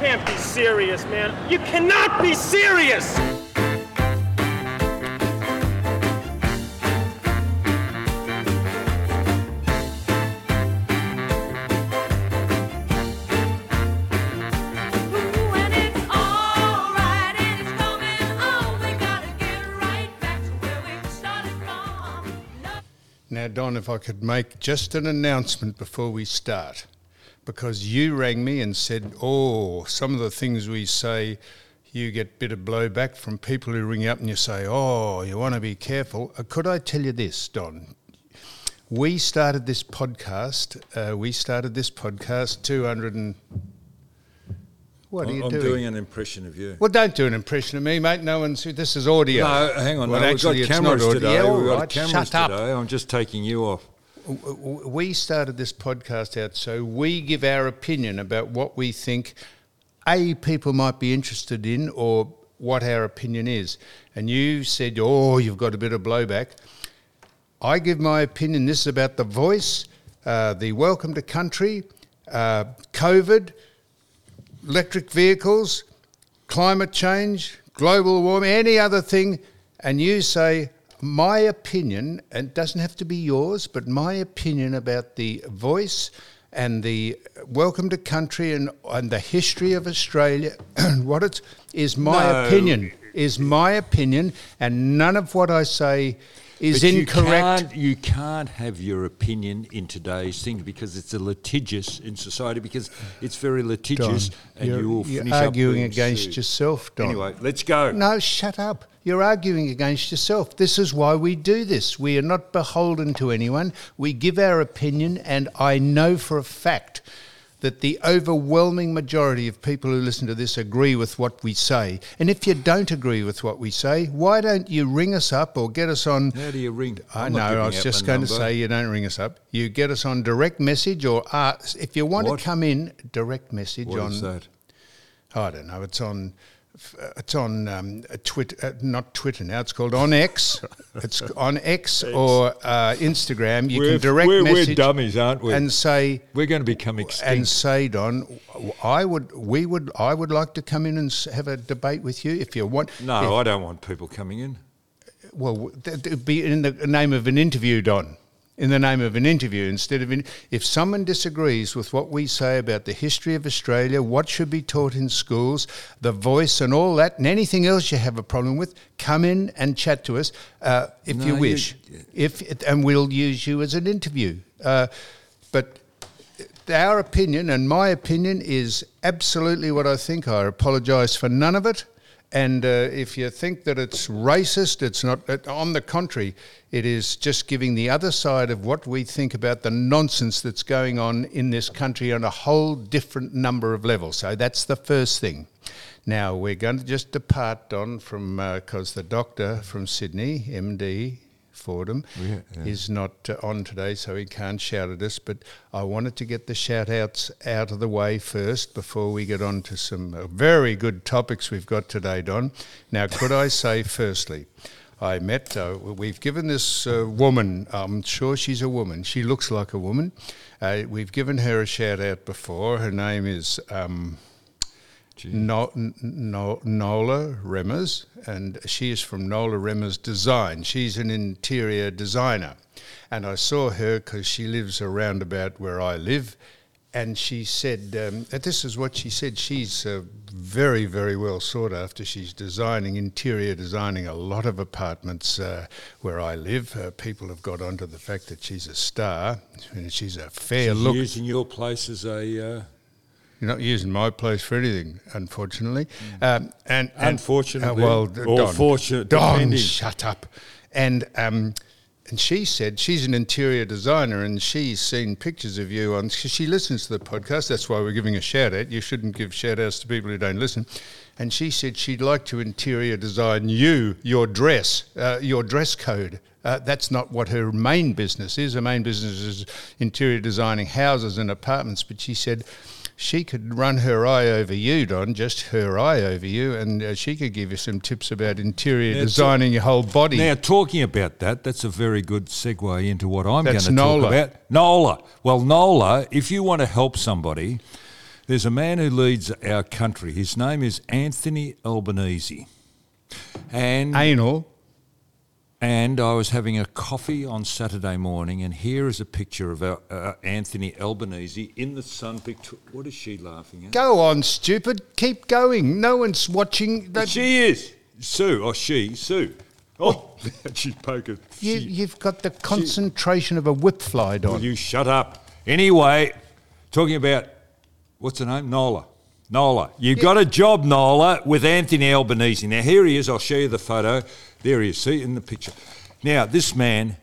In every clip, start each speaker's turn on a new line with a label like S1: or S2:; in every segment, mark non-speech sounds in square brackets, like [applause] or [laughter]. S1: Can't be serious, man. You cannot be serious!
S2: and it's alright and it's coming on. We gotta get right back to where we started from.
S3: Now, Don, if I could make just an announcement before we start, because you rang me and said, Oh, some of the things we say, you get bit of blowback from people who ring you up and you say, Oh, you want to be careful. Uh, Could I tell you this, Don? We started this podcast. Uh, we started this podcast 200 and. What are you
S4: I'm
S3: doing?
S4: doing an impression of you.
S3: well, don't do an impression of me, mate. No one's. This is audio.
S4: No, hang on.
S3: Well,
S4: no,
S3: actually,
S4: we've
S3: it's
S4: got
S3: not
S4: cameras
S3: audio.
S4: today.
S3: All
S4: we've got
S3: right,
S4: cameras
S3: Shut up.
S4: today. I'm just taking you off.
S3: W- w- we started this podcast out so we give our opinion about what we think a people might be interested in or what our opinion is and you said oh you've got a bit of blowback i give my opinion this is about the voice uh, the welcome to country uh, covid electric vehicles, climate change, global warming, any other thing, and you say, my opinion, and it doesn't have to be yours, but my opinion about the voice and the welcome to country and, and the history of Australia, [clears throat] what it's, is my
S4: No.
S3: opinion, is my opinion, and none of what I say is
S4: But
S3: incorrect.
S4: You can't, you can't have your opinion in today's thing because it's a litigious in society because it's very litigious and
S3: you're,
S4: you will
S3: you're
S4: finish up
S3: arguing
S4: being
S3: against
S4: sued.
S3: yourself, Don.
S4: Anyway, let's go.
S3: No, shut up. You're arguing against yourself. This is why we do this. We are not beholden to anyone. We give our opinion, and I know for a fact that the overwhelming majority of people who listen to this agree with what we say. And if you don't agree with what we say, why don't you ring us up or get us on?
S4: How do you ring?
S3: I
S4: I'm
S3: know.
S4: not giving
S3: I was
S4: out
S3: just
S4: my
S3: going to
S4: number.
S3: say you don't ring us up. You get us on direct message or uh, if you want
S4: What?
S3: to come in direct message
S4: What
S3: on
S4: is that?
S3: I don't know. It's on. It's on um, Twitter, uh, not Twitter now. It's called
S4: [laughs]
S3: on X. It's on X or uh, Instagram. You
S4: We're-
S3: can direct
S4: we're- we're
S3: message.
S4: dummies, aren't we?
S3: And say
S4: We're going to become extinct.
S3: and say, Don, I would, we would, I would like to come in and s- have a debate with you if you want.
S4: no, I don't want people coming in.
S3: If- well, th- th- it'd be in the name of an interview, Don. In the name of an interview, instead of in, if someone disagrees with what we say about the history of Australia, what should be taught in schools, the voice, and all that, and anything else you have a problem with, come in and chat to us uh, if
S4: No,
S3: you
S4: you-
S3: wish. If and we'll use you as an interview. Uh, but our opinion and my opinion is absolutely what I think. I apologise for none of it. And uh, if you think that it's racist, it's not. It, on the contrary, it is just giving the other side of what we think about the nonsense that's going on in this country on a whole different number of levels. So that's the first thing. Now we're going to just depart, Don, from because the doctor from Sydney, MD Fordham,
S4: Yeah, yeah.
S3: is not uh, on today, so he can't shout at us. But I wanted to get the shout outs out of the way first before we get on to some uh, very good topics we've got today, Don. Now, could I say, firstly, I met, uh, we've given this uh, woman, I'm sure she's a woman, she looks like a woman. Uh, we've given her a shout out before. Her name is. Um, no, N- no, Nola Remmers, and she is from Nola Remmers Design. She's an interior designer, and I saw her because she lives around about where I live, and she said, um, and "This is what she said. She's uh, very, very well sought after. She's designing interior designing a lot of apartments uh, where I live. Uh, people have got onto the fact that she's a star, and she's a fair
S4: She's
S3: look.
S4: using your place as a. Uh,
S3: You're not using my place for anything, unfortunately. Um, and,
S4: Mm.
S3: and
S4: Unfortunately,
S3: uh, well, d-
S4: or
S3: Don,
S4: fortunate,
S3: Don,
S4: depending.
S3: shut up. And um, and she said she's an interior designer, and she's seen pictures of you on. She she listens to the podcast. That's why we're giving a shout out. You shouldn't give shout outs to people who don't listen. And she said she'd like to interior design you, your dress, uh, your dress code. Uh, that's not what her main business is. Her main business is interior designing houses and apartments. But she said she could run her eye over you, Don, just her eye over you, and uh, she could give you some tips about interior
S4: Now,
S3: designing your whole body.
S4: Now, talking about that, that's a very good segue into what I'm going
S3: That's
S4: to talk
S3: Nola.
S4: about. Nola. Well, Nola, if you want to help somebody,
S5: There's a man who leads our country. His name is Anthony Albanese. And
S3: Anal.
S5: and I was having a coffee on Saturday morning, and here is a picture of our, uh, Anthony Albanese in the sun. Picture. What is she laughing at?
S3: Go on, stupid. Keep going. No one's watching. That
S5: She is Sue, or she Sue. Oh, [laughs] she's poking.
S3: you,
S5: She-
S3: you've got the concentration of a whip fly,
S5: Will
S3: Don.
S5: you shut up? Anyway, talking about what's her name? Nola. Nola. You got a job, Nola, with Anthony Albanese. Now, here he is. I'll show you the photo. There he is. See in the picture. Now, this man,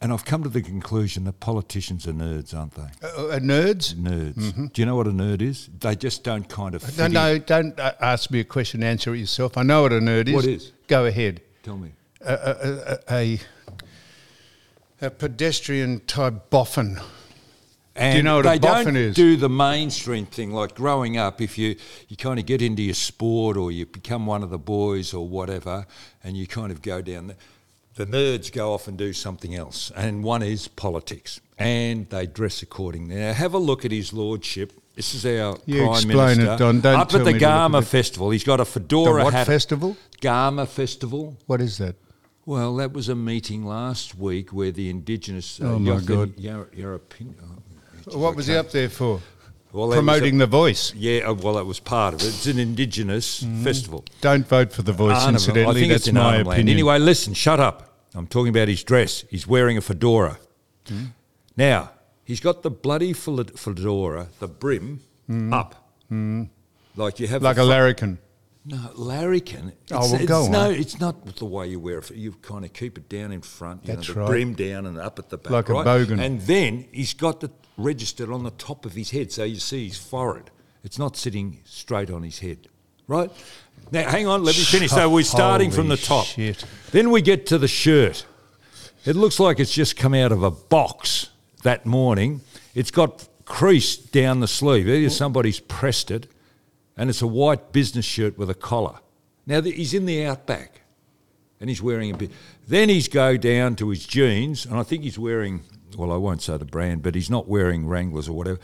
S5: and I've come to the conclusion that politicians are nerds, aren't they?
S3: Uh, uh, nerds?
S5: Nerds. Do you know what a nerd is? They just don't kind of fit
S3: Uh, No,
S5: in.
S3: no, don't uh, ask me a question, answer it yourself. I know what a nerd is.
S5: What is?
S3: Go ahead.
S5: Tell me.
S3: A, a, a, a, a pedestrian type boffin.
S5: And
S3: know what a
S5: they
S3: boffin
S5: don't
S3: is?
S5: do the mainstream thing like growing up. If you you kind of get into your sport or you become one of the boys or whatever, and you kind of go down there, the nerds go off and do something else. And one is politics, and they dress accordingly. Now have a look at his lordship. This is our
S3: You
S5: prime
S3: explain it,
S5: minister
S3: Don. Don't
S5: up
S3: tell
S5: at the
S3: me to look at
S5: Gama
S3: it.
S5: festival. He's got a fedora
S3: The what
S5: hat.
S3: festival?
S5: Gama festival.
S3: What is that?
S5: Well, that was a meeting last week where the indigenous uh,
S3: Oh, my
S5: Yothin-
S3: God.
S5: Yor- Yoropin- oh,
S3: What was he up there for?
S5: Well, that was
S3: Promoting
S5: a-
S3: the voice.
S5: Yeah, uh, well, that was part of it. It's an indigenous festival.
S3: Don't vote for the voice, Mm-hmm.
S5: Arnhem-
S3: incidentally.
S5: I think
S3: That's
S5: it's in
S3: my
S5: Arnhem Land.
S3: opinion.
S5: Anyway, listen, shut up. I'm talking about his dress. He's wearing a fedora.
S3: Mm-hmm.
S5: Now, he's got the bloody fel- fedora, the brim, up. Like you have
S3: Mm-hmm. like a
S5: fe-
S3: larrikin.
S5: no, larrikin. It's,
S3: well,
S5: it's
S3: go
S5: No,
S3: on.
S5: it's not the way you wear it. You kind of keep it down in front, you
S3: That's
S5: know, the
S3: right.
S5: brim down and up at the back,
S3: Like a
S5: right?
S3: bogan.
S5: And then he's got it registered on the top of his head, so you see his forehead. It's not sitting straight on his head, right? Now, hang on, let me finish. So we're starting from the
S3: Holy
S5: top.
S3: shit.
S5: Then we get to the shirt. It looks like it's just come out of a box that morning. It's got crease down the sleeve. Either somebody's pressed it, and it's a white business shirt with a collar. Now th- he's in the outback, and he's wearing a bit. Then he's go down to his jeans, and I think he's wearing. Well, I won't say the brand, but he's not wearing Wranglers or whatever.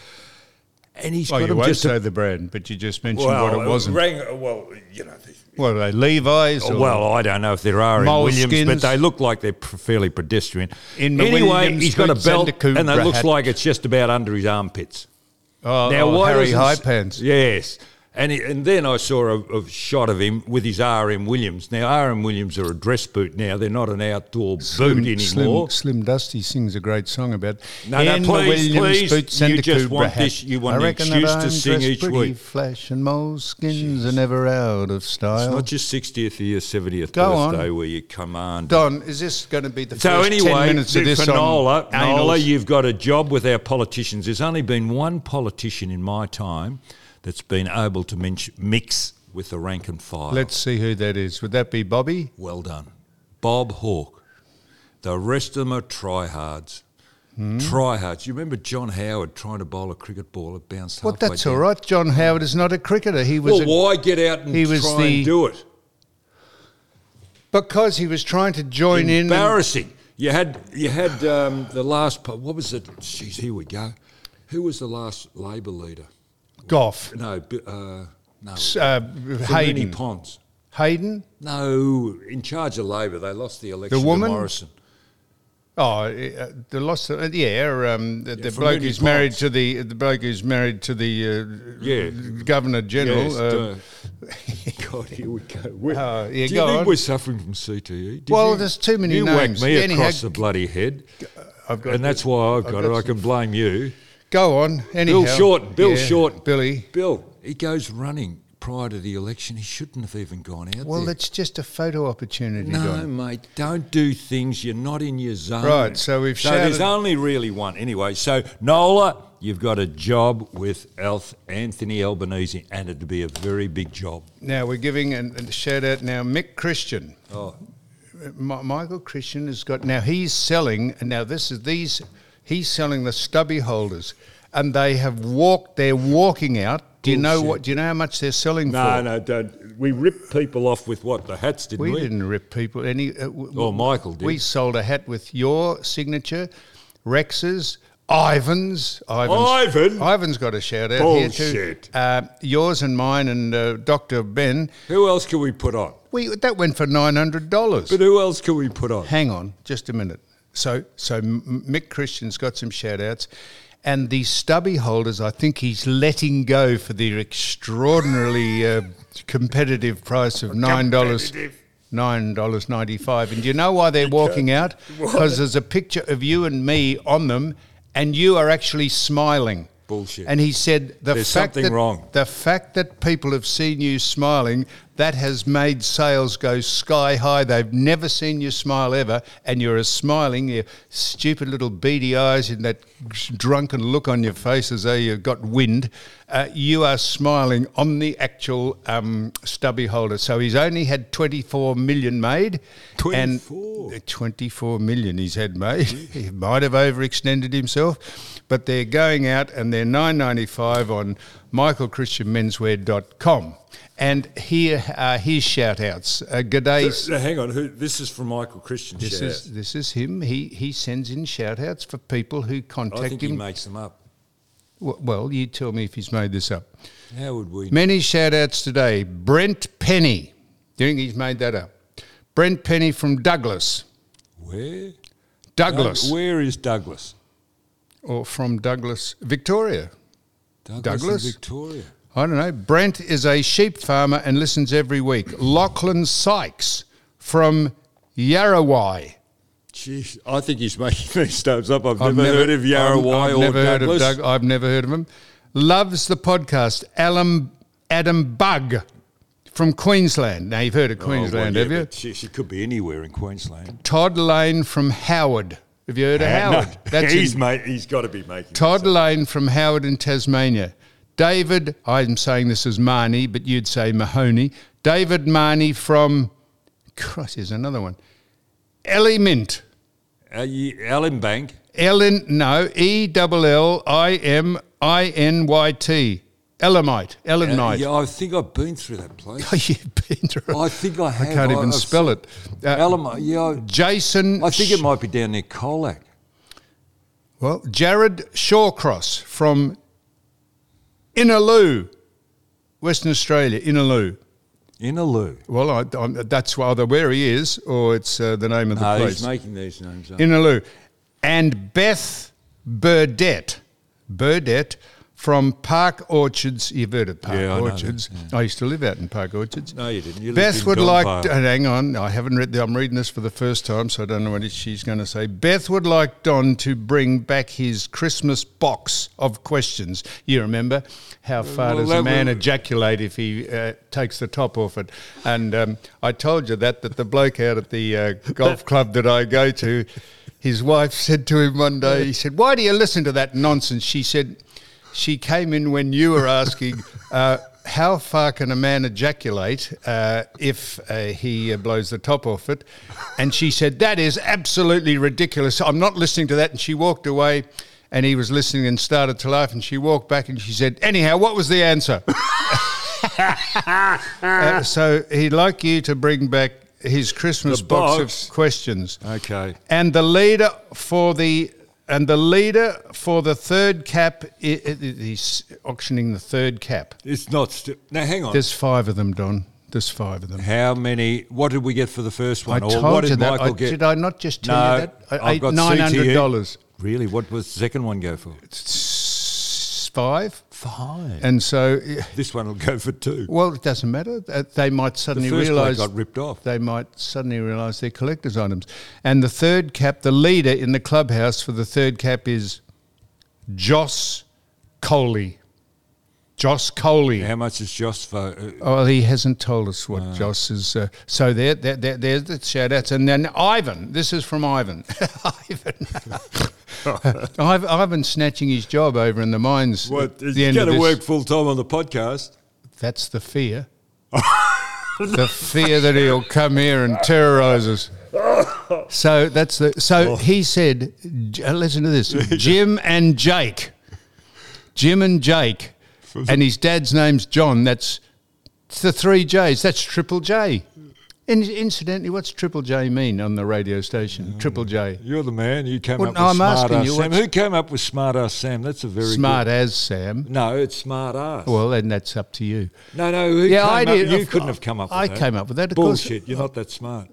S5: And he's
S3: Well,
S5: got
S3: you
S5: him
S3: won't
S5: just a-
S3: say the brand, but you just mentioned
S5: well,
S3: what it wasn't.
S5: Wrang- well, you know. the-
S3: What are they, Levi's? Or
S5: Oh, well, I don't know if there are in
S3: Moleskins.
S5: Williams, but they look like they're p- fairly pedestrian.
S3: In the
S5: anyway,
S3: Williams
S5: he's got a
S3: boots and
S5: belt,
S3: a Cobra
S5: and it looks
S3: hat.
S5: like it's just about under his armpits.
S3: oh,
S5: now,
S3: oh,
S5: why
S3: Harry
S5: doesn't-
S3: High Pants.
S5: Yes, and he, and then I saw a, a shot of him with his RM Williams. Now, RM Williams are a dress boot now; they're not an outdoor boot anymore.
S3: Slim, Slim Dusty sings a great song about
S5: No, no,
S3: "In the
S5: please,
S3: Williams
S5: please,
S3: boots and
S5: you
S3: a
S5: just
S3: Cobra
S5: want
S3: hat."
S5: this- you want
S3: I
S5: an
S3: reckon
S5: excuse
S3: that
S5: to
S3: I'm
S5: sing
S3: dressed
S5: each
S3: pretty,
S5: week.
S3: Flash and moleskins are never out of
S5: It's
S3: style.
S5: not your sixtieth or your seventieth
S3: Go on.
S5: birthday where you command.
S3: Don, is this going to be the
S5: So
S3: first ten
S5: anyway,
S3: minutes of
S5: the-
S3: this
S5: for Nola,
S3: on
S5: Nola,
S3: anals?
S5: you've got a job with our politicians. There's only been one politician in my time that's been able to men- mix with the rank and file.
S3: Let's see who that is. Would that be Bobby?
S5: well done, Bob Hawke. The rest of them are tryhards.
S3: Hmm?
S5: Tryhards. You remember John Howard trying to bowl a cricket ball? It bounced
S3: Well,
S5: halfway
S3: that's
S5: down.
S3: all right. John Howard is not a cricketer. He was
S5: Well,
S3: a-
S5: why get out and
S3: he was
S5: try
S3: the-
S5: and do it?
S3: because he was trying to join in. and-
S5: Embarrassing. You had you had um, the last. po- What was it? Jeez, here we go. Who was the last Labor leader?
S3: Goff,
S5: No, b- uh, no.
S3: S- uh,
S5: Hayden
S3: Hayden,
S5: Ponds.
S3: Hayden.
S5: No, in charge of Labor, they lost the election. to
S3: woman?
S5: Morrison.
S3: Oh, uh, the lost. Uh, yeah, um, the, the
S5: from
S3: bloke
S5: Moody
S3: who's married
S5: Parks.
S3: to the the bloke who's married to the uh,
S5: Yeah.
S3: governor general.
S5: Yes,
S3: uh,
S5: duh. [laughs] God, here we go. We're,
S3: Oh, yeah,
S5: do you
S3: go
S5: think
S3: on.
S5: we're suffering from CTE? Did
S3: Well,
S5: you-
S3: there's too many
S5: you
S3: names.
S5: whacked me
S3: Anyhow,
S5: across the bloody head,
S3: uh, I've got
S5: and that's why I've got,
S3: got
S5: it. I can blame you,
S3: go on. Anyhow,
S5: Bill Shorten, Bill
S3: Yeah,
S5: Shorten.
S3: Billy.
S5: Bill. He goes running prior to the election. He shouldn't have even gone out
S3: Well,
S5: there.
S3: it's just a photo opportunity.
S5: No,
S3: Don.
S5: mate, don't do things you're not in your zone.
S3: Right, so we've
S5: so there's
S3: shouted-
S5: only really one anyway. So Nola, you've got a job with Alf Anthony Albanese, and it'd be a very big job.
S3: Now we're giving an, a shout out now, Mick Christian.
S5: Oh,
S3: Mi- Michael Christian has got now he's selling and now this is these he's selling the stubby holders and they have walked they're walking out. Do you know
S5: Bullshit.
S3: what do you know how much they're selling
S5: no,
S3: for?
S5: no, don't. We ripped people off with what the hats didn't we?
S3: We didn't rip people any uh, w-
S5: Oh, Michael did.
S3: We sold a hat with your signature, Rex's Ivan's. Ivan's
S4: Ivan?
S3: Ivan's got a shout out here
S4: Bullshit.
S3: too. Uh, yours and mine and uh, Dr. Ben.
S4: Who else can we put on?
S3: We, that went for $900.
S4: But who else can we put on?
S3: Hang on just a minute. So, so M- Mick Christian's got some shout outs. And the stubby holders, I think he's letting go for the extraordinarily uh, competitive price of nine dollars, nine dollars ninety-five. And do you know why they're walking out? Because there's a picture of you and me on them, and you are actually smiling.
S4: Bullshit.
S3: And he said the
S4: There's
S3: fact
S4: something
S3: that,
S4: wrong.
S3: The fact that people have seen you smiling, that has made sales go sky high. They've never seen you smile ever, and you're as smiling, your stupid little beady eyes and that drunken look on your face as though you've got wind. Uh, you are smiling on the actual um, stubby holder. So he's only had 24 million made. and-
S4: 24?
S3: 24 million he's had made. [laughs] he might have overextended himself, but they're going out and they're 9.95 on michaelchristianmenswear.com. And here are his shout outs. Uh, G'day.
S4: So hang on, who, this is from Michael Christian.
S3: This
S4: shout
S3: is, this is him. He, he sends in shout outs for people who
S4: out. I
S3: contact
S4: think he
S3: him.
S4: makes them up.
S3: W- well, you tell me if he's made this up.
S4: How would we?
S3: Many shout outs today. Brent Penny. Do you think he's made that up? Brent Penny from Douglas.
S4: Where?
S3: Douglas.
S4: Doug- where is Douglas?
S3: or from Douglas, Victoria.
S4: Douglas,
S3: Douglas?
S4: In Victoria.
S3: I don't know. Brent is a sheep farmer and listens every week. Lachlan Sykes from Yarrawai.
S4: Jeez, I think he's making [laughs] these stubs up. I've,
S3: I've
S4: never, heard of Yarrawai
S3: I've- I've
S4: or
S3: never heard of
S4: Douglas.
S3: Doug- I've never heard of him. Loves the podcast. Alan, Adam Bug from Queensland. Now, you've heard of
S4: Oh, well,
S3: Queensland,
S4: yeah,
S3: have you?
S4: but Jeez, it could be anywhere in Queensland.
S3: Todd Lane from Howard. Have you heard of Howard?
S4: Uh, [laughs] No, he's
S3: in-
S4: made. He's got to be making.
S3: Todd Lane from Howard in Tasmania. David, I'm saying this as Marnie, but you'd say Mahoney. David Marnie from, Christ, here's another one. Ellie Mint.
S4: Are you, Alan Uh, Bank.
S3: Ellen, no, E double L I M I N Y T. Elamite.
S4: Uh,
S3: Elamite.
S4: yeah, I think I've been through that place.
S3: Oh, [laughs] you've been through it.
S4: I think I have.
S3: I can't even
S4: I've
S3: spell it. Uh,
S4: Alamo, yeah. I-
S3: Jason.
S4: I think it
S3: Sh-
S4: might be down near Colac.
S3: Well, Jared Shawcross from Inaloo, Western Australia, Inaloo.
S4: Inaloo.
S3: Well, I, I'm, that's either where he is or it's uh, the name of the
S4: No,
S3: place.
S4: he's making these names up.
S3: Inaloo. And Beth Burdett. Burdett from Park Orchards. You've heard of Park
S4: Yeah, I know that,
S3: Orchards. I used to live out in Park Orchards.
S4: No, you didn't. You lived
S3: Beth
S4: in
S3: would like.
S4: Donvale.
S3: To, hang on, I haven't read. The, I'm reading this for the first time, so I don't know what she's going to say. Beth would like Don to bring back his Christmas box of questions. You remember how far
S4: well,
S3: does a
S4: that
S3: man
S4: will-
S3: ejaculate if he uh, takes the top off it? And um, I told you that that the bloke out at the uh, golf club that I go to, his wife said to him one day, he said, "Why do you listen to that nonsense?" She said, "She came in when you were asking." Uh, how far can a man ejaculate uh, if uh, he uh, blows the top off it? And she said, That is absolutely ridiculous. I'm not listening to that. And she walked away and he was listening and started to laugh. And she walked back and she said, Anyhow, what was the answer? Uh, so he'd like you to bring back his Christmas
S4: The
S3: box.
S4: box.
S3: of questions.
S4: Okay.
S3: And the leader for the and the leader for the third cap, i i he's auctioning the third cap.
S4: It's not. St- now, hang on.
S3: There's five of them, Don. There's five of them.
S4: How many? What did we get for the first
S3: I
S4: one? or
S3: told
S4: what
S3: you
S4: did
S3: that.
S4: Michael
S3: I-
S4: get?
S3: did I not just tell
S4: no,
S3: you that? I-
S4: I've
S3: eight-
S4: got E.
S3: $900.
S4: CTE. Really? What was the second one go for?
S3: It's five.
S4: Five.
S3: And so,
S4: [laughs] This one will go for two.
S3: well, it doesn't matter. Uh, They might suddenly
S4: first one
S3: realise
S4: got ripped off.
S3: They might suddenly realise they're collector's items. And the third cap, the leader in the clubhouse for the third cap is Joss Coley. Joss Coley.
S4: How much is Joss for? Uh,
S3: Oh, he hasn't told us what Joss is. Uh, so there, there, there, there's the shout outs. And then Ivan, this is from Ivan. [laughs]
S4: [laughs]
S3: Ivan. Iv- Ivan's snatching his job over in the mines.
S4: what?
S3: at
S4: He's
S3: the end of
S4: going to
S3: this.
S4: work full time on the podcast.
S3: That's the fear. the fear that he'll come here and terrorise us. So that's the. So he said, J- uh, listen to
S5: [laughs]
S3: this Jim and Jake. Jim and Jake. And his dad's name's John. That's it's the three J's. That's Triple J. In, incidentally, what's Triple J mean on the radio
S5: Mm.
S3: station? Triple J.
S5: You're the man. You came
S3: Well,
S5: up
S3: no,
S5: with
S3: I'm
S5: smart
S3: asking
S5: ass
S3: you
S5: Sam.
S3: what's-
S5: Who came up with smart ass Sam? That's a very good-
S3: Smart as Sam.
S5: No, it's smart ass.
S3: Well, then that's up to you.
S5: no, no. Who
S3: Yeah,
S5: came
S3: I
S5: up-
S3: did.
S5: You
S3: Of-
S5: couldn't have come up. with
S3: I
S5: that.
S3: came up with that, of course.
S5: Bullshit. You're not that smart.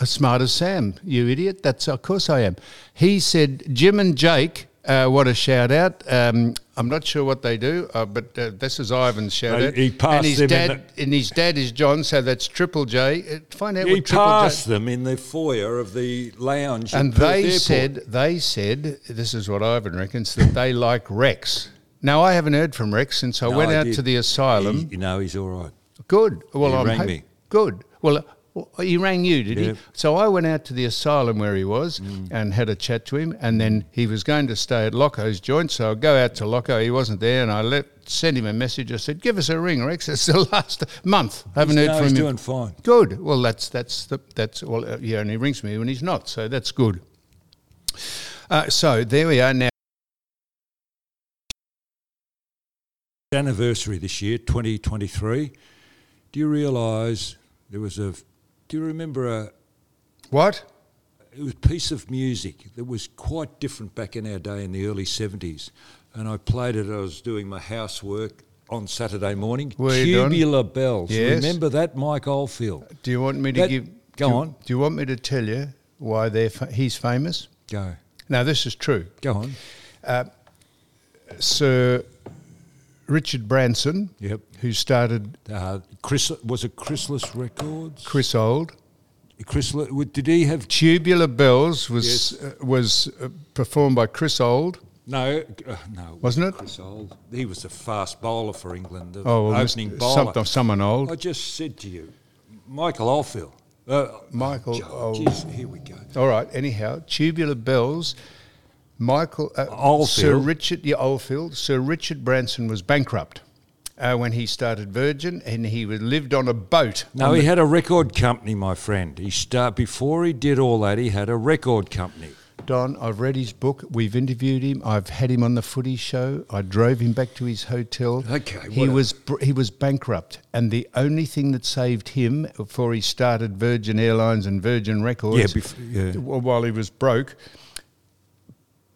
S3: As smart as Sam, you idiot. That's of course I am. He said, Jim and Jake. Uh, what a shout out! Um, I'm not sure what they do, uh, but uh, this is Ivan's shout
S5: No,
S3: out.
S5: he
S3: and
S5: passed
S3: his
S5: them in
S3: dad, and his dad is John, so that's Triple J. Uh, find out
S5: He
S3: what Triple
S5: passed
S3: J.
S5: them in the foyer of the lounge. at
S3: And
S5: Perth
S3: they
S5: Airport.
S3: said, they said, this is what Ivan reckons that they like Rex. Now I haven't heard from Rex since I
S5: No,
S3: went out
S5: did.
S3: to the asylum.
S5: He- You know, he's all right.
S3: Good. Well,
S5: He
S3: I'm
S5: rang
S3: hap-
S5: me.
S3: Good. Well, uh, he rang you, did
S5: Yeah. Mm.
S3: he? So I went out to the asylum where he was and had a chat to him, and then he was going to stay at Locko's joint. So I go out to Locko. He wasn't there, and I let sent him a message. I said, "Give us a ring, Rex. It's the [laughs] last month. I haven't
S5: He's-
S3: heard
S5: no,
S3: from
S5: he's
S3: him."
S5: doing fine.
S3: Good. Well, that's that's the that's well. Uh, yeah, and he rings me when he's not, so that's good. Uh, so there we are now.
S5: anniversary this year, 2023. Do you realise there was a? Do you remember a?
S3: What?
S5: It was a piece of music that was quite different back in our day in the early 70s, and I played it. I was doing my housework on Saturday morning.
S3: Well done.
S5: Tubular Bells.
S3: Yes.
S5: Remember that, Mike Oldfield?
S3: Do you want me to
S5: That-
S3: give?
S5: go
S3: do-
S5: on.
S3: Do you want me to tell you why they're fa- he's famous?
S5: Go,
S3: Now this is true.
S5: go on.
S3: Sir Richard Branson,
S5: Yep.
S3: who started
S5: Uh, Chris was it Chrysalis Records?
S3: Chris Old.
S5: Chrysalis. Did he have?
S3: Tubular Bells was uh, was uh, performed by Chris Old.
S5: No, uh, no.
S3: Wasn't it?
S5: Chris Old. He was a fast bowler for England. The
S3: Oh, well,
S5: opening Oh,
S3: Mr.
S5: bowler.
S3: sometime- someone old.
S5: I just said to you, Michael Oldfield. Uh,
S3: Michael
S5: oh,
S3: Old.
S5: geez, here we go.
S3: All right. Anyhow, Tubular Bells. Michael uh,
S5: Oldfield.
S3: Sir Richard yeah, Oldfield. Sir Richard Branson was bankrupt uh, when he started Virgin, and he was, lived on a boat.
S5: No, he had a record company, my friend. He start before he did all that. He had a record company.
S3: Don, I've read his book. We've interviewed him. I've had him on the Footy Show. I drove him back to his hotel.
S5: Okay,
S3: he
S5: what a-
S3: was br- he was bankrupt, and the only thing that saved him before he started Virgin Airlines and Virgin Records,
S5: Yeah, bef- yeah.
S3: w- while he was broke,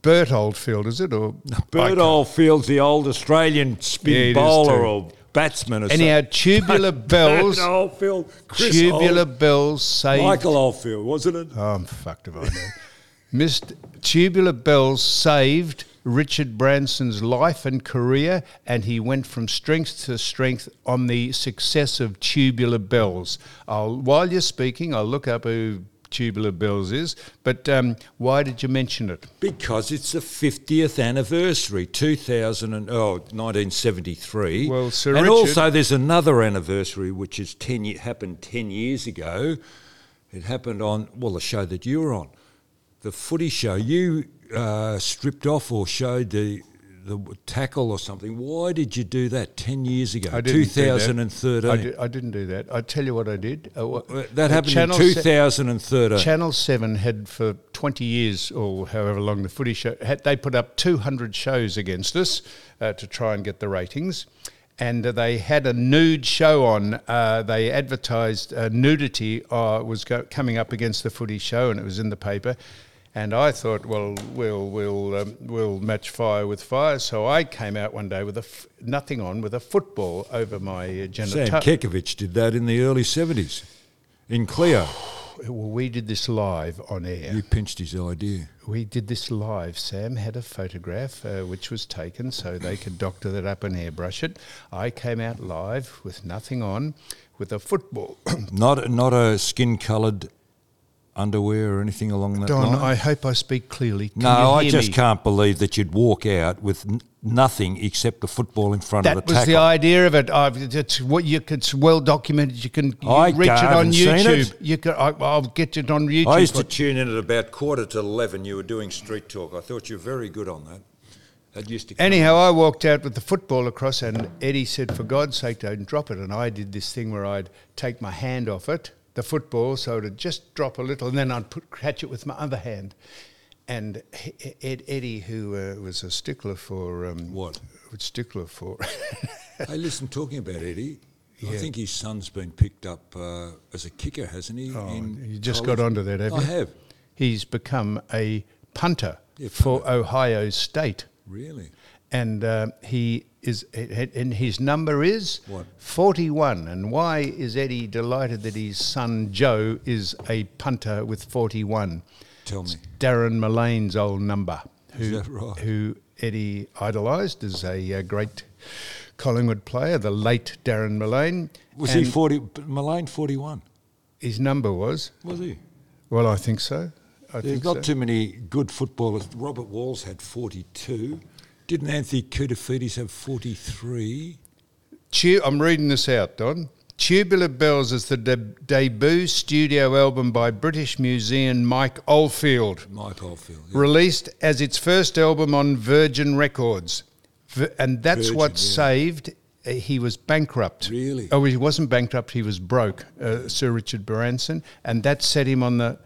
S3: Bert Oldfield, is it or I
S5: Bert
S3: can't-
S5: Oldfield's the old Australian
S3: Yeah, it
S5: spin
S3: is too.
S5: bowler or batsman. Or
S3: Anyhow,
S5: something.
S3: tubular bells,
S5: [laughs] Bert Oldfield, Chris
S3: tubular
S5: Old,
S3: bells saved.
S5: Michael Oldfield, wasn't it?
S3: Oh, I'm fucked if I know. Missed tubular bells saved Richard Branson's life and career, and he went from strength to strength on the success of tubular bells. I'll, while you're speaking, I'll look up who tubular bells is. But um, why did you mention it?
S5: Because it's the 50th anniversary, 2000 and, oh, 1973.
S3: Well, Sir
S5: and
S3: Richard-
S5: also there's another anniversary which is 10, ye- happened 10 years ago. It happened on, well, the show that you were on, the footy show. You uh, stripped off or showed the, the w- tackle or something. Why did you do that 10 years ago,
S3: I didn't do that.
S5: 2013?
S3: I, di- I didn't do that. I tell you what I did. Uh, wha-
S5: Uh,
S3: uh,
S5: That happened in
S3: Channel Se-
S5: 2013.
S3: Channel Seven had for twenty years or however long the Footy Show had, they put up two hundred shows against us uh, to try and get the ratings, and uh, they had a nude show on. Uh, they advertised uh, nudity uh, was go- coming up against the Footy Show, and it was in the paper. And I thought, well, we'll we'll um, we'll match fire with fire. So I came out one day with a f- nothing on, with a football over my uh,
S5: Sam
S3: genital.
S5: Kekovich did that in the early 70s in Clio.
S3: well, we did this live on air.
S5: You pinched his idea.
S3: We did this live. Sam had a photograph uh, which was taken so they could doctor that up and airbrush it. I came out live with nothing on, with a football.
S5: Not not a skin coloured underwear or anything along that
S3: Don,
S5: line.
S3: I hope I speak clearly. Can
S5: no,
S3: you
S5: I
S3: hear
S5: just
S3: me?
S5: can't believe that you'd walk out with n- nothing except the football in front
S3: That
S5: of the
S3: was
S5: tackle.
S3: the idea of it. I've, it's what you. It's well documented. You can you
S5: I
S3: reach it on
S5: haven't seen
S3: YouTube.
S5: it.
S3: You can. I, I'll get it on YouTube.
S5: I used to tune in at about quarter to eleven. You were doing street talk. I thought you were very good on that. That used to.
S3: Anyhow, I walked out with the football across, and Eddie said, "For God's sake, don't drop it." And I did this thing where I'd take my hand off it, the football, so it'd just drop a little, and then I'd put, catch it with my other hand. And he- Ed, Eddie, who uh, was a stickler for um,
S5: What?
S3: Stickler for [laughs]
S5: hey, listen, talking about Eddie,
S4: I think his son's been picked up uh, as a kicker, hasn't he?
S3: Oh,
S4: in
S3: you just
S4: college?
S3: got onto that, have
S4: I
S3: you?
S4: have.
S3: He's become a punter
S4: Yeah,
S3: for Ohio State,
S4: Really?
S3: and uh, he is and his number is
S4: What?
S3: forty-one. And why is Eddie delighted that his son Joe is a punter with forty-one?
S4: Tell me.
S3: Darren Mullane's old number, who,
S4: that right?
S3: who Eddie idolised as a uh, great Collingwood player, the late Darren Mullane.
S4: Was
S3: And
S4: he 40? Malane 41,
S3: His number was.
S4: was he?
S3: Well, I think so. I
S4: There's
S3: think
S4: not
S3: so.
S4: too many good footballers. Robert Walls had 42. Didn't Anthony Koutafidis have 43?
S3: Tu- I'm reading this out, Don. Tubular Bells is the de- debut studio album by British musician Mike Oldfield,
S4: Mike Oldfield. yeah.
S3: released as its first album on Virgin Records. V- and that's
S4: Virgin,
S3: what
S4: yeah.
S3: saved. uh, He was bankrupt.
S4: Really?
S3: Oh, he wasn't bankrupt. He was broke, uh, Sir Richard Branson, and that set him on the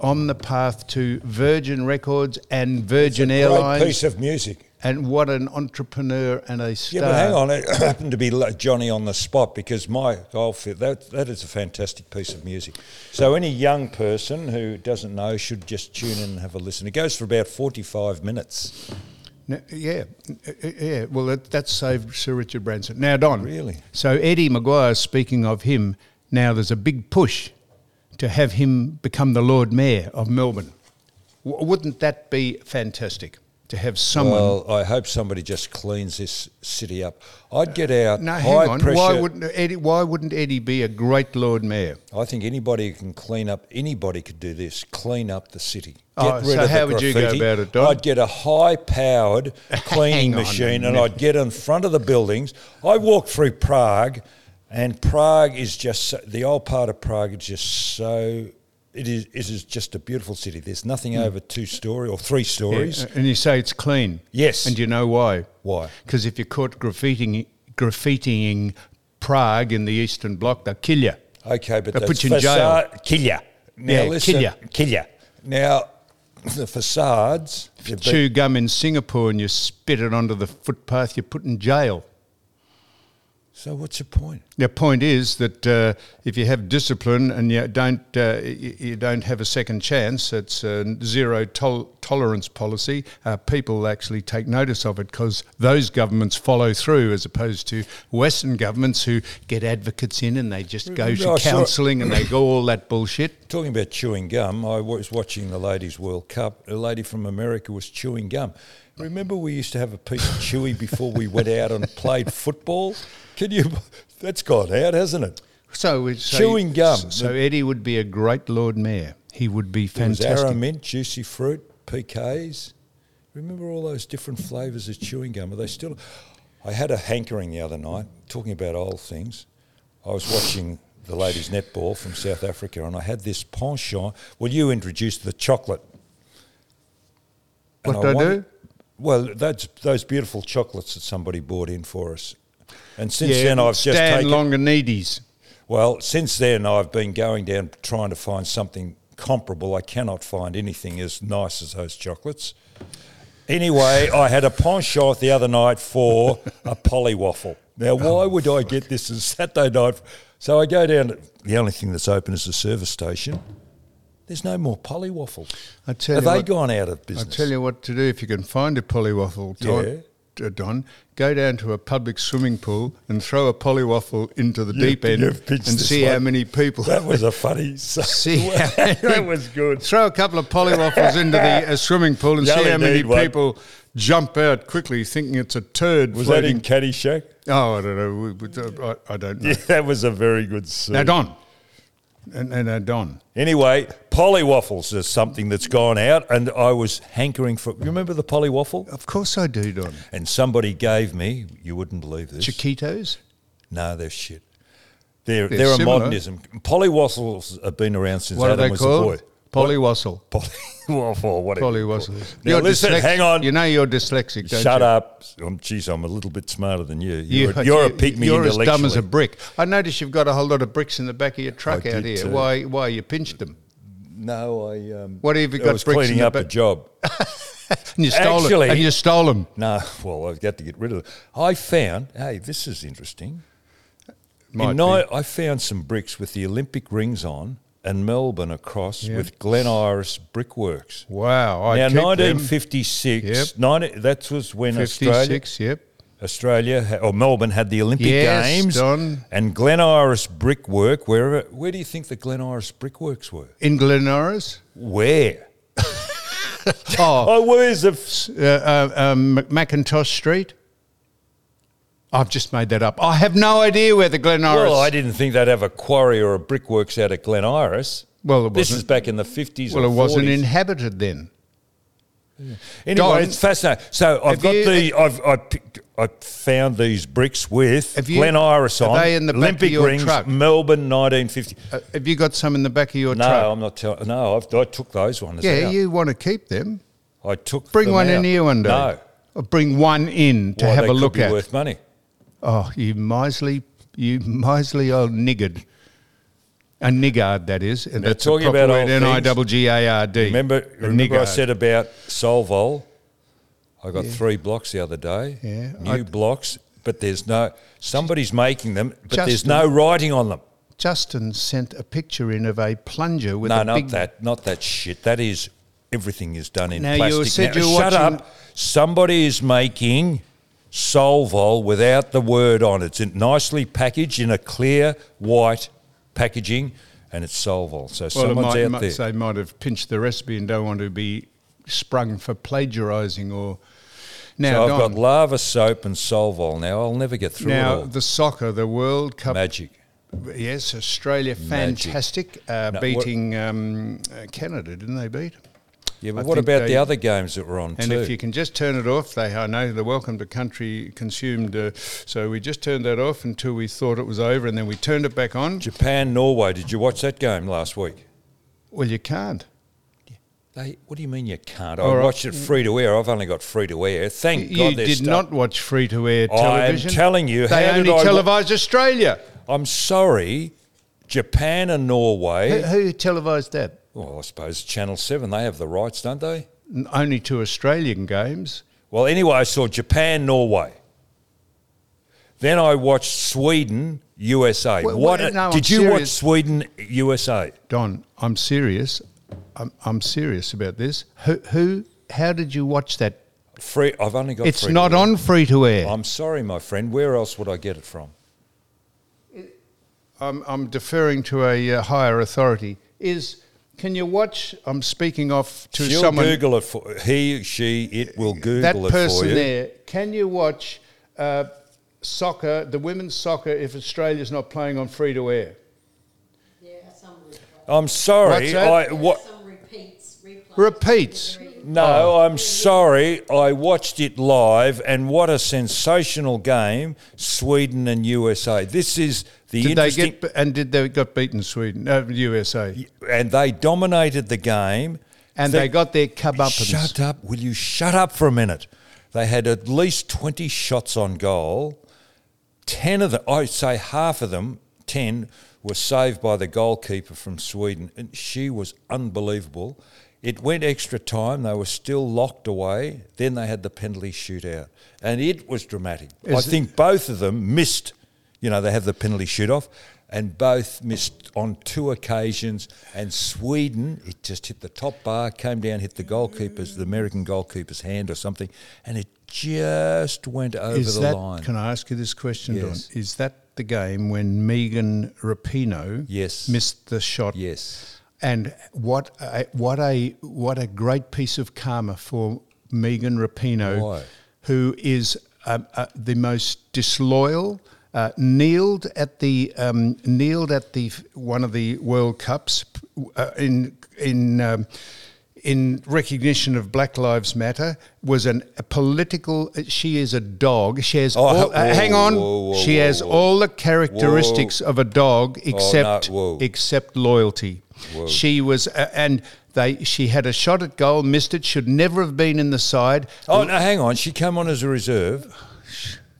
S3: on the path to Virgin Records and Virgin
S5: Great
S3: Airlines.
S5: piece of music.
S3: and what an entrepreneur and a star!
S5: Yeah, but hang on. It [coughs] happened to be lo- Johnny on the spot because my Oldfield, that, that is a fantastic piece of music. So any young person who doesn't know should just tune in and have a listen. It goes for about 45 minutes.
S3: No, yeah, uh, uh, yeah. Well, that, that saved Sir Richard Branson. Now, Don.
S5: Really?
S3: So Eddie Maguire, speaking of him, now there's a big push to have him become the Lord Mayor of Melbourne. W- wouldn't that be fantastic to have someone?
S5: Well, I hope somebody just cleans this city up. I'd get out
S3: no, hang
S5: high
S3: on.
S5: pressure.
S3: Why wouldn't Eddie? Why wouldn't Eddie be a great Lord Mayor?
S5: I think anybody who can clean up, anybody could do this. Clean up the city. Get
S3: Oh,
S5: rid
S3: so
S5: of
S3: how
S5: the
S3: would you go
S5: graffiti.
S3: about it, Don?
S5: I'd get
S3: [laughs]
S5: a high-powered
S3: Hang
S5: cleaning
S3: on a
S5: machine, and
S3: minute.
S5: I'd get in front of the buildings. I walk through Prague, and Prague is just so, the old part of Prague is just so. It is, it is just a beautiful city. There's
S3: Hmm.
S5: nothing over two story or three stories.
S3: uh, And you say it's clean.
S5: Yes.
S3: And you know why?
S5: Why?
S3: Because if you're caught graffitiing, graffitiing Prague in the Eastern Bloc, they'll kill you.
S5: Okay, but
S3: They
S5: that's
S3: put uh, you in
S5: facade, Kill ya. Now
S3: Yeah,
S5: listen,
S3: kill ya.
S5: Kill ya. Now the facades. they've been-
S3: chew gum in Singapore and you spit it onto the footpath, you're put in jail.
S5: So what's your point?
S3: The point is that uh, if you have discipline and you don't, uh, you, you don't have a second chance, it's a zero tol- tolerance policy. Uh, people actually take notice of it because those governments follow through, as opposed to Western governments who get advocates in and they just go
S5: I
S3: to
S5: saw-
S3: counselling and they go all that bullshit.
S5: Talking about chewing gum, I was watching the Ladies World Cup. A lady from America was chewing gum. Remember, we used to have a piece of chewy before we went out and played football. Can you? That's gone out, hasn't it?
S3: So it's so-
S5: Chewing gum.
S3: So Eddie would be a great Lord Mayor. He would be
S5: There was
S3: fantastic.
S5: Arrow mint, juicy fruit, PKs. Remember all those different flavours of chewing gum? Are they still? I had a hankering the other night, talking about old things. I was watching the ladies' netball from South Africa, and I had this penchant. Well, you introduced the chocolate.
S3: What do I
S5: wanted-
S3: do?
S5: Well, that's those beautiful chocolates that somebody brought in for us. And since
S3: Yeah,
S5: then, I've just
S3: Stan
S5: taken.
S3: Longanides.
S5: Well, since then, I've been going down trying to find something comparable. I cannot find anything as nice as those chocolates. Anyway, I had a penchant the other night for a polly waffle. Now,
S3: Oh,
S5: why would I get this on Saturday night? So I go down. To, the only thing that's open is the service station. There's no more polly waffles.
S3: I tell
S5: Have
S3: you
S5: they
S3: what-
S5: gone out of
S3: I'll
S5: business?
S3: tell you what to do if you can find a pollywaffle, Don. uh, Don, go down to a public swimming pool and throw a pollywaffle into the deep end
S5: you've
S3: and
S5: pitched this
S3: see how
S5: one.
S3: many people.
S5: that was a
S3: [laughs]
S5: funny.
S3: see how
S5: [laughs]
S3: many- [laughs]
S5: was good.
S3: Throw a couple of pollywaffles into the uh, swimming pool and
S5: You
S3: see
S5: only
S3: how many
S5: need one.
S3: people jump out quickly, thinking it's a turd
S5: Was that
S3: floating.
S5: in Caddyshack? [laughs]
S3: oh, I don't know. We- we- I- I don't know.
S5: Yeah, that was a very good.
S3: Now,
S5: scene.
S3: Don, and, and uh, Don,
S5: Anyway, Polly waffles is something that's gone out, and I was hankering for. You remember the Polly waffle?
S3: of course I do, Don.
S5: And somebody gave me. You wouldn't believe this.
S3: Chiquitos.
S5: no, they're shit. They're
S3: They're
S5: they're, a
S3: similar.
S5: modernism. Polly waffles have been around since
S3: What are
S5: Adam
S3: they
S5: was a
S3: called?
S5: boy. [laughs]
S3: Pollywaffle.
S5: Polly waffle. Whatever.
S3: Polly
S5: you call it.
S3: Wassel.
S5: Now
S3: You're
S5: listen,
S3: dyslexic.
S5: hang on.
S3: You know you're dyslexic, don't
S5: Shut
S3: you?
S5: up. I'm, geez, I'm a little bit smarter than you. You're, a- you're a pygmy
S3: You're as dumb as a
S5: intellectually.
S3: brick. I notice you've got a whole lot of bricks in the back of your truck out
S5: did
S3: here.
S5: too.
S3: Why? Why you pinched them?
S5: No, I. Um,
S3: What have you
S5: I
S3: got
S5: was
S3: bricks in
S5: cleaning
S3: the
S5: up a
S3: back?
S5: job. [laughs]
S3: And you stole
S5: Actually-
S3: them. And you stole them.
S5: No, well, I've got to get rid of it. I found, hey, this is interesting.
S3: Might
S5: In Ni- I found some bricks with the Olympic rings on and Melbourne across
S3: Yeah.
S5: with Glen Iris Brickworks.
S3: Wow. I
S5: now,
S3: keep them.
S5: 1956,
S3: Yep.
S5: 90 that was when Australia,
S3: 56, yep.
S5: Australia ha- or Melbourne had the Olympic
S3: Yes,
S5: Games.
S3: Don.
S5: And Glen Iris Brickwork, wherever, where do you think the Glen Iris Brickworks were?
S3: In
S5: [laughs]
S3: Glenorris?
S5: Where?
S3: Oh,
S5: Oh, where's the. F-
S3: uh, uh, um, Mac- Macintosh Street? I've just made that up. I have no idea where the Glenorris...
S5: well, I didn't think they'd have a quarry or a brickworks out at Glen Iris.
S3: Well, it
S5: This is
S3: wasn't-
S5: back in the 50s.
S3: Well,
S5: or
S3: it wasn't
S5: 40s.
S3: inhabited then.
S5: Anyway,
S3: Don-
S5: it's fascinating. So I've
S3: Have
S5: got
S3: you-
S5: the I've I, picked, I found these bricks with
S3: Have you-
S5: Glen Iris
S3: are
S5: on.
S3: they in the back of
S5: Olympic
S3: your
S5: rings,
S3: truck?
S5: Melbourne, nineteen fifty.
S3: Uh, have you got some in the back of your
S5: No,
S3: truck?
S5: I'm not telling. No, I've, I took those ones.
S3: yeah,
S5: out.
S3: you want to keep them.
S5: I took.
S3: Bring
S5: them
S3: one in
S5: out.
S3: here one day.
S5: No,
S3: Or bring one in to
S5: Why,
S3: have
S5: they
S3: a look
S5: could be
S3: at.
S5: Worth money.
S3: Oh, you miserly, you miserly old niggard. A niggard, that is. And
S5: Now,
S3: that's
S5: talking
S3: a proper
S5: about
S3: word,
S5: old
S3: N-I-double-G-A-R-D.
S5: Remember,
S3: A
S5: remember I
S3: niggard.
S5: said about Solvol. I got three blocks the other day.
S3: Yeah,
S5: new
S3: I-
S5: blocks, but there's no somebody's making them, but there's
S3: Justin.
S5: no writing on them.
S3: Justin sent a picture in of a plunger with
S5: no,
S3: a
S5: not
S3: big...
S5: that, not that shit. That is everything is done in
S3: Now, you
S5: plastic.
S3: said
S5: now.
S3: you were
S5: Shut
S3: watching-
S5: up! Somebody is making Solvol without the word on it. It's in- nicely packaged in a clear white packaging, and it's Solvol. So
S3: Well, it
S5: someone's
S3: might,
S5: out
S3: might-
S5: there.
S3: they might have pinched the recipe and don't want to be sprung for plagiarising or...
S5: so
S3: Now,
S5: I've
S3: Don,
S5: got lava soap and Solvol. Now I'll never get through it
S3: now
S5: all.
S3: the soccer, the World Cup...
S5: Magic.
S3: Yes, Australia, fantastic. Uh,
S5: No, what-
S3: beating um, uh, Canada, didn't they beat?
S5: Yeah,
S3: I
S5: but what
S3: think
S5: about
S3: they-
S5: the other games that were on
S3: And
S5: too?
S3: if you can just turn it off, they I know the welcome to country consumed. Uh, so we just turned that off until we thought it was over, and then we turned it back on.
S5: Japan, Norway. Did you watch that game last week?
S3: Well, you can't.
S5: They, what do you mean you can't?
S3: All
S5: I
S3: right.
S5: watched it free to air. I've only got free to air. Thank
S3: You
S5: God they're
S3: did
S5: stuck.
S3: not watch free to air
S5: I'm
S3: television.
S5: telling you,
S3: they
S5: how did
S3: only
S5: I wa-
S3: televised Australia.
S5: I'm sorry, Japan and
S3: Who,
S5: Norway.
S3: who televised that?
S5: Well, I suppose Channel 7, they have the rights, don't they?
S3: N- Only two Australian games.
S5: Well, anyway, I saw Japan, Norway. Then I watched Sweden, USA.
S3: Well,
S5: what?
S3: well,
S5: a-
S3: no, I'm
S5: did you watch
S3: serious.
S5: Sweden, USA?
S3: Don, I'm serious. I'm, I'm serious about this. Who, who? How did you watch that?
S5: Free, I've only got
S3: It's
S5: free
S3: not
S5: to air.
S3: on free to air.
S5: I'm sorry, my friend. Where else would I get it from?
S3: I'm, I'm deferring to a uh, higher authority. Is can you watch? I'm speaking off to
S5: She'll
S3: someone.
S5: Google it for he, she, it will Google
S3: that
S5: it for
S3: person
S5: you.
S3: there. Can you watch uh, soccer, the women's soccer, if Australia's not playing on free to air?
S5: I'm
S3: What's
S5: sorry.
S3: that?
S5: I, what,
S6: Some repeats, replays.
S3: Repeats. Oh.
S5: No, I'm sorry. I watched it live, and what a sensational game! Sweden and USA. This is the
S3: Did they
S5: interesting,
S3: get and did they got beaten Sweden, uh, USA,
S5: and they dominated the game.
S3: and they, got their cubuppance?
S5: shut up. Will you shut up for a minute? They had at least twenty shots on goal. Ten of them, I'd say half of them, ten were saved by the goalkeeper from Sweden, and she was unbelievable. It went extra time. They were still locked away. Then they had the penalty shootout, and it was dramatic. I
S3: Is it-
S5: think both of them missed. You know, they have the penalty shoot off, and both missed on two occasions. And Sweden, it just hit the top bar, came down, hit the goalkeeper's, the American goalkeeper's hand or something, and it just went over
S3: Is
S5: the
S3: that?
S5: line.
S3: Can I ask you this question,
S5: Yes.
S3: Don? Is that the game when Megan Rapinoe
S5: Yes.
S3: missed the shot?
S5: Yes.
S3: And what a, what a what a great piece of karma for Megan Rapinoe,
S5: Why?
S3: who is um, uh, the most disloyal, uh, kneeled at the um, kneeled at the one of the World Cups uh, in in. Um, in recognition of Black Lives Matter, was an, a political. She is a dog. She has.
S5: Oh,
S3: all,
S5: [laughs] whoa,
S3: uh, hang on.
S5: whoa, whoa,
S3: she
S5: whoa,
S3: has
S5: whoa.
S3: all the characteristics of a dog, except
S5: Oh, whoa.
S3: except loyalty. She was, uh, and they. She had a shot at goal, missed it. Should never have been in the side.
S5: Oh no, hang on. She came on as a reserve.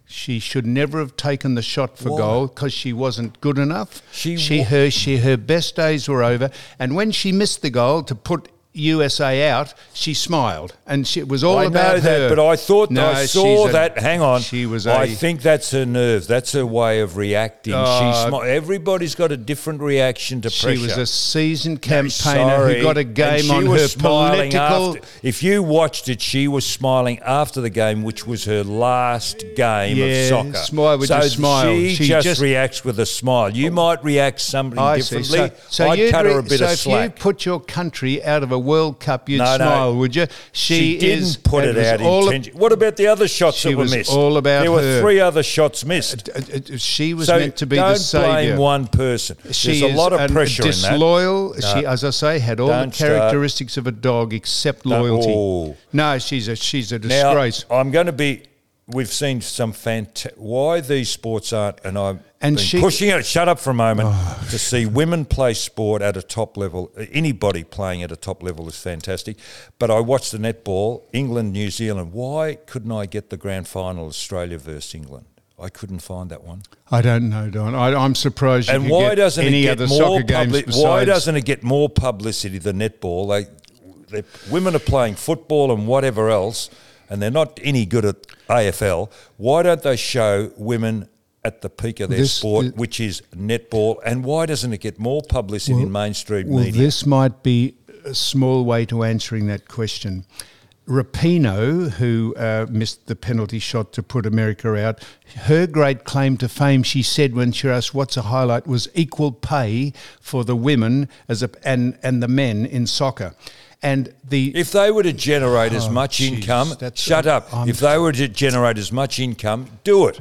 S3: She should never have taken the shot for
S5: Why?
S3: goal because she wasn't good enough.
S5: She
S3: she
S5: wa-
S3: her she her best days were over. And when she missed the goal to put USA out, she smiled, and she it was all
S5: I
S3: about
S5: know that,
S3: her.
S5: but I thought
S3: No,
S5: I
S3: she's
S5: saw
S3: a-
S5: that. Hang on,
S3: she was.
S5: I
S3: a-
S5: think that's her nerve. That's her way of reacting.
S3: Oh.
S5: she smi- Everybody's got a different reaction to
S3: she
S5: pressure.
S3: was a seasoned
S5: I'm
S3: campaigner
S5: sorry.
S3: who got a
S5: And
S3: game
S5: she
S3: on
S5: was
S3: her
S5: smiling
S3: political.
S5: after- if you watched it, she was smiling after the game, which was her last game
S3: Yeah,
S5: of soccer.
S3: smile with
S5: so
S3: your smile.
S5: She,
S3: She
S5: just,
S3: just-
S5: reacts with a smile. You might react somebody
S3: I see.
S5: differently.
S3: So, so
S5: I'd
S3: you'd
S5: cut her a
S3: re-
S5: bit
S3: so
S5: of
S3: if you
S5: slack.
S3: put your country out of a World Cup, you'd
S5: No, no.
S3: smile, would you? She,
S5: she didn't
S3: is,
S5: put it,
S3: was
S5: out
S3: all ab-
S5: intention. What about the other shots
S3: She
S5: that were
S3: was
S5: missed?
S3: all about
S5: there were
S3: her.
S5: three other shots missed.
S3: it- it- uh, she was
S5: so
S3: meant to be
S5: don't
S3: the savior.
S5: blame one person.
S3: She
S5: There's a
S3: is
S5: lot of
S3: an-
S5: pressure
S3: disloyal.
S5: in that.
S3: She,
S5: No.
S3: as I say, had all
S5: Don't
S3: the
S5: start.
S3: characteristics of a dog except
S5: Don't-
S3: loyalty.
S5: Oh.
S3: No, she's a she's a
S5: Now,
S3: disgrace.
S5: I'm going to be. We've seen some fantastic. Why these sports aren't, and I'm
S3: And
S5: been
S3: she- Oh.
S5: pushing it. Shut up for a moment. To see women play sport at a top level, anybody playing at a top level is fantastic. But I watched the netball, England, New Zealand. Why couldn't I get the grand final, Australia versus England? I couldn't find that one.
S3: I don't know, Don. I, I'm surprised. You
S5: and
S3: could
S5: why
S3: get
S5: doesn't
S3: any
S5: it get
S3: other
S5: more
S3: soccer games
S5: public-
S3: besides?
S5: Why doesn't it get more publicity than netball? They, they, women are playing football and whatever else, and they're not any good at AFL. Why don't they show women at the peak of their
S3: This-
S5: sport,
S3: th-
S5: which is netball? And why doesn't it get more publicity in mainstream
S3: Well,
S5: media?
S3: this might be a small way to answering that question. Rapino, who uh, missed the penalty shot to put America out, her great claim to fame, she said when she asked what's a highlight, was equal pay for the women as a, and, and the men in soccer. And the
S5: If they were to generate as much
S3: jeez,
S5: income,
S3: Oh, that's-
S5: shut up.
S3: I'm-
S5: if they were to generate as much income, do it.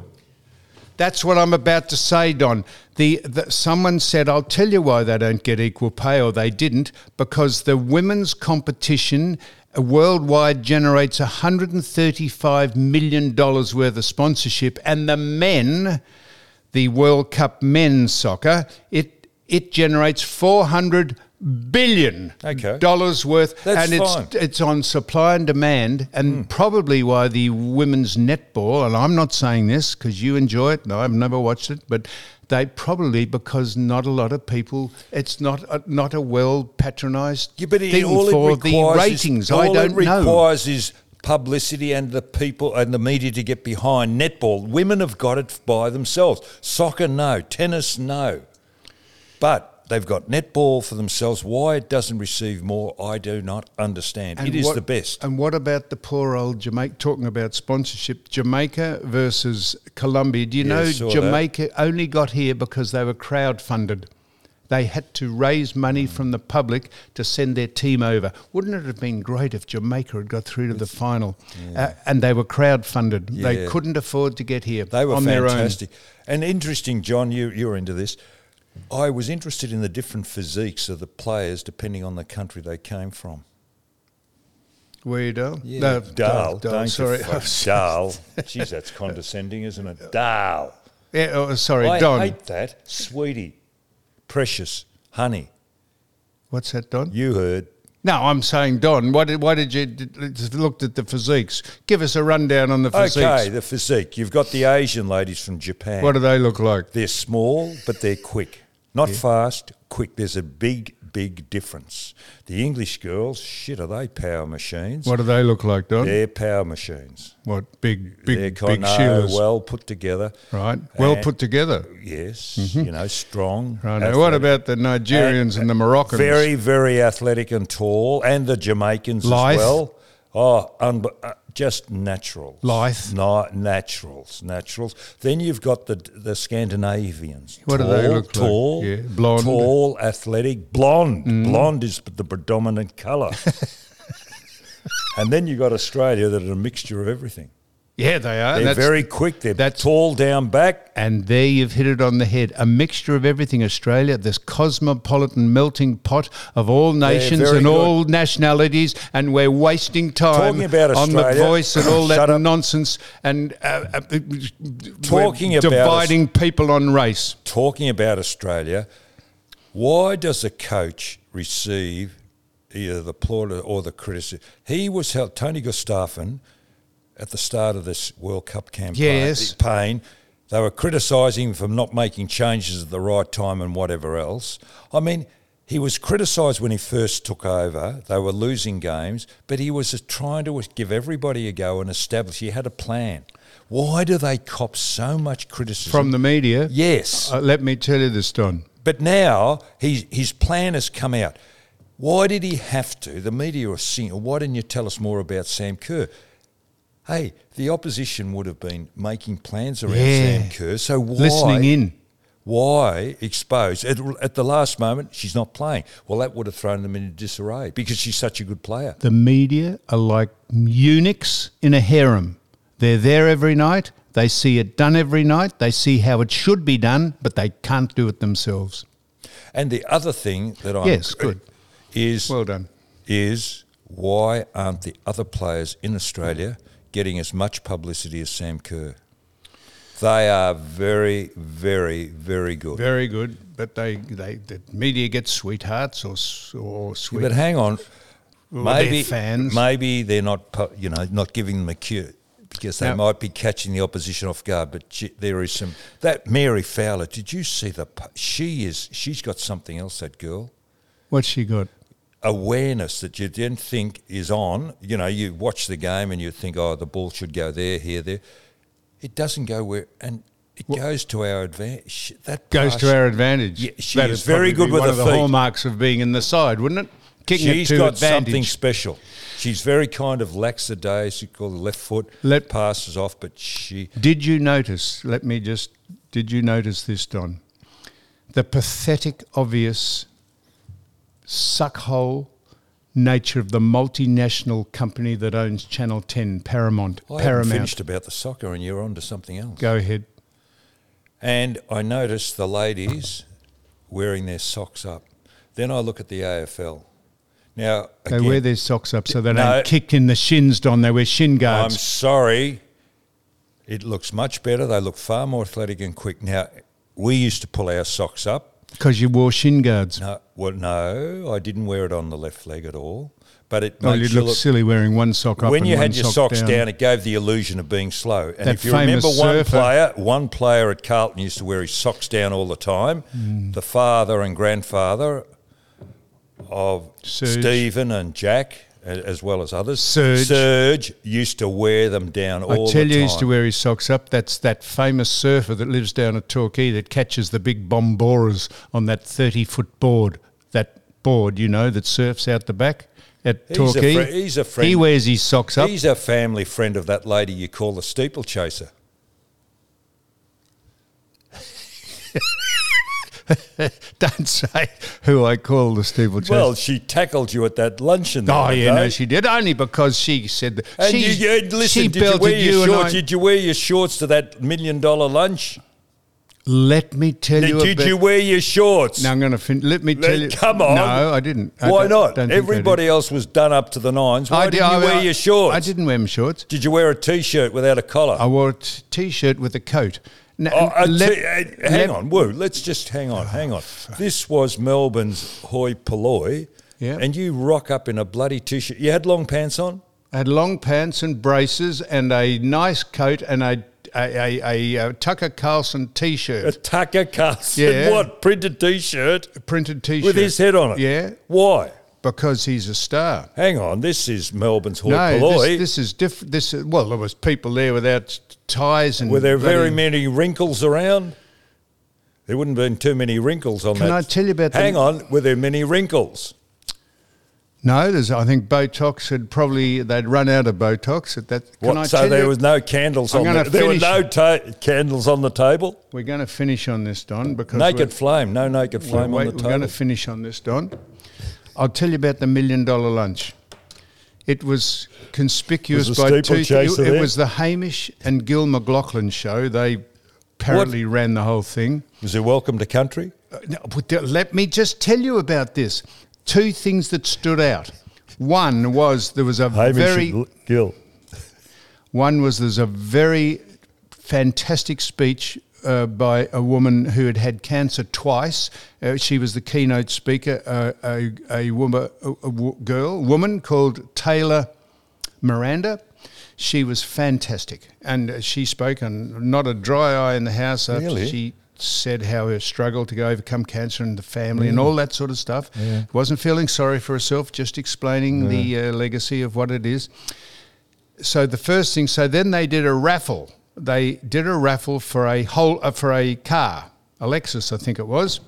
S3: That's what I'm about to say, Don. The, the someone said, "I'll tell you why they don't get equal pay, or they didn't, because the women's competition uh, worldwide generates 135 million dollars worth of sponsorship, and the men, the World Cup men's soccer, it it generates 400 billion
S5: Okay.
S3: dollars worth,
S5: That's
S3: and
S5: fine. Hmm.
S3: it's it's on supply and demand, and probably why the women's netball, and I'm not saying this because you enjoy it, and I've never watched it, but they probably because not a lot of people, it's not a, not a well patronised
S5: Yeah, but it,
S3: thing
S5: all
S3: for
S5: it
S3: the
S5: requires
S3: ratings.
S5: Is,
S3: I
S5: all
S3: don't
S5: it
S3: know.
S5: requires is publicity and the people and the media to get behind netball. Women have got it by themselves. Soccer, no. Tennis, no. But they've got netball for themselves. Why it doesn't receive more, I do not understand. it is
S3: what-
S5: the best.
S3: And what about the poor old Jamaica? Talking about sponsorship, Jamaica versus Colombia. Do you
S5: Yeah,
S3: know
S5: saw that.
S3: Jamaica only got here because they were crowdfunded. They had to raise money
S5: Mm.
S3: from the public to send their team over. Wouldn't it have been great if Jamaica had got through to the final? Uh, and they were crowdfunded. They
S5: Yeah.
S3: couldn't afford to get here
S5: They were
S3: on
S5: fantastic. And interesting, John, you, you're into this. I was interested in the different physiques of the players depending on the country they came from.
S3: their own. Were you dull?
S5: Yeah.
S3: No,
S5: Dal.
S3: dull,
S5: do
S3: dull,
S5: Don't
S3: sorry.
S5: You [laughs] fuck, Dal. Jeez, that's condescending, isn't it? Dal.
S3: [laughs] Yeah, oh, sorry,
S5: I
S3: Don.
S5: hate that. Sweetie. Precious. Honey.
S3: What's that, Don?
S5: You heard.
S3: No, I'm saying, Don, why did, why did you d- d- looked at the physiques? Give us a rundown on the physiques.
S5: Okay, the physique. You've got the Asian ladies from Japan.
S3: What do they look like?
S5: they're small, but they're quick. Not fast, quick. There's a big, big difference. The English girls, shit, are they power machines?
S3: What do they look like, Don?
S5: They're power machines.
S3: What big,
S5: they're
S3: big, big
S5: kind of
S3: shielders,
S5: well put together.
S3: right? Well
S5: And-
S3: put together,
S5: Yes, you know, strong.
S3: right? Now, what
S5: athletic.
S3: about the Nigerians and, the Moroccans?
S5: Uh, Very, very athletic and tall, and the Jamaicans
S3: Lithe.
S5: as well. Oh, un- uh, just naturals.
S3: Lithe.
S5: Na- naturals, naturals. Then you've got the the Scandinavians.
S3: What do
S5: tall,
S3: they look like?
S5: tall,
S3: Yeah, blonde. Mm.
S5: Tall, athletic, blonde. Blonde is the
S3: [laughs]
S5: predominant colour. and then you've got Australia that are a mixture of everything.
S3: yeah, they are.
S5: They're
S3: That's-
S5: very quick. They're
S3: that's-
S5: tall down back.
S3: And there you've hit it on the head. A mixture of everything, Australia, this cosmopolitan melting pot of all nations
S5: very
S3: and
S5: good.
S3: all nationalities, and we're wasting time
S5: Talking about
S3: on the
S5: Australia-
S3: voice and
S5: [coughs]
S3: all
S5: Shut
S3: that
S5: up.
S3: nonsense and uh, uh, uh,
S5: Talking
S3: we're
S5: about
S3: dividing people on race.
S5: talking about Australia, why does a coach receive either the plaudit or the criticism? He was held, Tony Gustafsson, at the start of this World Cup campaign.
S3: Yes.
S5: campaign, they were criticising him for not making changes at the right time and whatever else. I mean, He was criticised when he first took over. They were losing games, but he was just trying to give everybody a go and establish he had a plan. Why do they cop so much criticism?
S3: From the media,
S5: yes.
S3: Uh, let me tell you this, Don.
S5: But now he, his plan has come out. Why did he have to? The media are saying, why didn't you tell us more about Sam Kerr? Hey, the opposition would have been making plans around
S3: Yeah.
S5: Sam Kerr. So why?
S3: Listening in.
S5: Why expose? At, at the last moment, she's not playing. Well, that would have thrown them into disarray because she's such a good player.
S3: The media are like eunuchs in a harem. They're there every night. They see it done every night. They see how it should be done, but they can't do it themselves.
S5: And the other thing that I
S3: Yes, good.
S5: is
S3: Well done.
S5: is why aren't the other players in Australia getting as much publicity as Sam Kerr? They are very, very, very good.
S3: Very good, but they, they the media gets sweethearts or s- or sweet.
S5: but hang on,
S3: they're
S5: maybe
S3: fans.
S5: maybe they're not pu- you know not giving them a cue because they
S3: No.
S5: might be catching the opposition off guard. But gee, there is some that Mary Fowler. Did you see the? pu- She is she's got something else. That girl.
S3: What's she got?
S5: awareness that you didn't think is on. You know, you watch the game and you think, oh, the ball should go there, here, there. It doesn't go where, and it goes to our advantage. That
S3: Goes
S5: pass-
S3: to our advantage.
S5: Yeah, she
S3: That'd
S5: is
S3: probably
S5: very good
S3: be
S5: with
S3: one
S5: her
S3: of the
S5: feet.
S3: hallmarks of being in the side, wouldn't it? Kicking
S5: She's
S3: it to
S5: got something
S3: advantage.
S5: special. She's very kind of lackadaisical, left foot
S3: Let-
S5: passes off, but she.
S3: Did you notice? Let me just. Did you notice this, Don? The pathetic, obvious suckhole nature of the multinational company that owns Channel Ten, Paramount.
S5: I haven't
S3: Paramount.
S5: finished about the soccer, and you're on to something else.
S3: Go ahead.
S5: And I noticed the ladies wearing their socks up. Then I look at the AFL. Now
S3: They
S5: again,
S3: wear their socks up so they
S5: No.
S3: don't kick in the shins, Don. They wear shin
S5: I'm
S3: guards.
S5: sorry. It looks much better. They look far more athletic and quick. Now, we used to pull our socks up.
S3: Because you wore shin guards.
S5: No, well, no, I didn't wear it on the left leg at all. But it
S3: Oh,
S5: makes
S3: you'd
S5: you
S3: look,
S5: look.
S3: silly wearing one sock up.
S5: when
S3: and
S5: you
S3: one
S5: had your
S3: sock
S5: socks down. it gave the illusion of being slow. And
S3: That
S5: if you remember
S3: famous
S5: one
S3: surfer.
S5: player, one player at Carlton used to wear his socks down all the time.
S3: Mm.
S5: The father and grandfather of
S3: Serge.
S5: Stephen and Jack, a- as well as others,
S3: Serge.
S5: Serge used to wear them down
S3: I
S5: all the
S3: tell
S5: time.
S3: you, he used to wear his socks up. That's that famous surfer that lives down at Torquay that catches the big bomboras on that 30 foot board. That board, you know, that surfs out the back at
S5: He's a
S3: Torquay.
S5: fri- he's a friend.
S3: He wears his socks up.
S5: He's a family friend of that lady you call the steeplechaser.
S3: [laughs] Don't say who I call the steeplechase.
S5: Well, she tackled you at that luncheon. the
S3: Oh
S5: other
S3: yeah,
S5: day.
S3: no, she did only because she said that.
S5: And
S3: she,
S5: you, you- listen,
S3: she
S5: did you wear
S3: belted
S5: your
S3: and
S5: shorts?
S3: I-
S5: Did you wear your shorts to that million dollar lunch?
S3: Let me tell you.
S5: Did,
S3: a
S5: did
S3: bit-
S5: you wear your shorts?
S3: Now I'm going to fin- let me tell you.
S5: Come on.
S3: No, I didn't. I
S5: Why
S3: don't- don't
S5: not?
S3: think I did.
S5: Everybody else was done up to the nines. Why
S3: did-
S5: did, not you wear
S3: I-
S5: your shorts?
S3: I didn't wear my shorts.
S5: Did you wear a t-shirt without a collar?
S3: I wore a t- t-shirt with a coat. Now,
S5: Oh, uh,
S3: let-
S5: t- uh, hang
S3: let-
S5: on, woo. Let's just hang on, hang on. This was Melbourne's hoi polloi,
S3: Yeah.
S5: and you rock up in a bloody t-shirt. You had long pants on.
S3: I had long pants and braces and a nice coat and a a, a, a, uh Tucker Carlson
S5: A
S3: t-shirt,
S5: Tucker Carlson,
S3: Yeah.
S5: [laughs] what printed T-shirt
S3: a printed t-shirt
S5: with his head on it?
S3: Yeah,
S5: Why?
S3: because he's a star.
S5: Hang on, this is Melbourne's hoi
S3: No,
S5: polloi.
S3: this, this is different. This is, well, there was people there without ties and
S5: Were there
S3: bloody-
S5: very many wrinkles around? There wouldn't have been too many wrinkles on
S3: Can
S5: that.
S3: I tell you about the-
S5: Hang on, were there many wrinkles?
S3: No, there's. I think Botox had probably they'd run out of Botox at that. Can
S5: What,
S3: I
S5: so
S3: tell
S5: there
S3: you-
S5: was no candles
S3: I'm
S5: on
S3: gonna
S5: the, there were
S3: finish-
S5: no ta- candles on the table.
S3: We're going to finish on this, Don, because we're-
S5: Naked flame, no naked
S3: Wait,
S5: flame
S3: wait,
S5: on the
S3: we're going to
S5: table.
S3: finish on this, Don. I'll tell you about the million dollar lunch. It was conspicuous
S5: Was the
S3: by two.
S5: steeplechaser
S3: It, it
S5: there?
S3: was the Hamish and Gil McLaughlin show. They apparently ran the whole thing.
S5: Was there welcome to country?
S3: Uh, no, but th- let me just tell you about this. Two things that stood out. One was there was a very
S5: Gill.
S3: one was there's a very fantastic speech uh, by a woman who had had cancer twice. Uh, she was the keynote speaker, uh, a, a, woman, a, a wo- girl, woman called Taylor Miranda. She was fantastic, and uh, she spoke, and not a dry eye in the house after
S5: Really?
S3: she said how her struggle to overcome cancer and the family and all that sort of stuff. Wasn't feeling sorry for herself, just explaining the uh, legacy of what it is so the first thing so then they did a raffle they did a raffle for a whole uh, for a car a lexus i think it was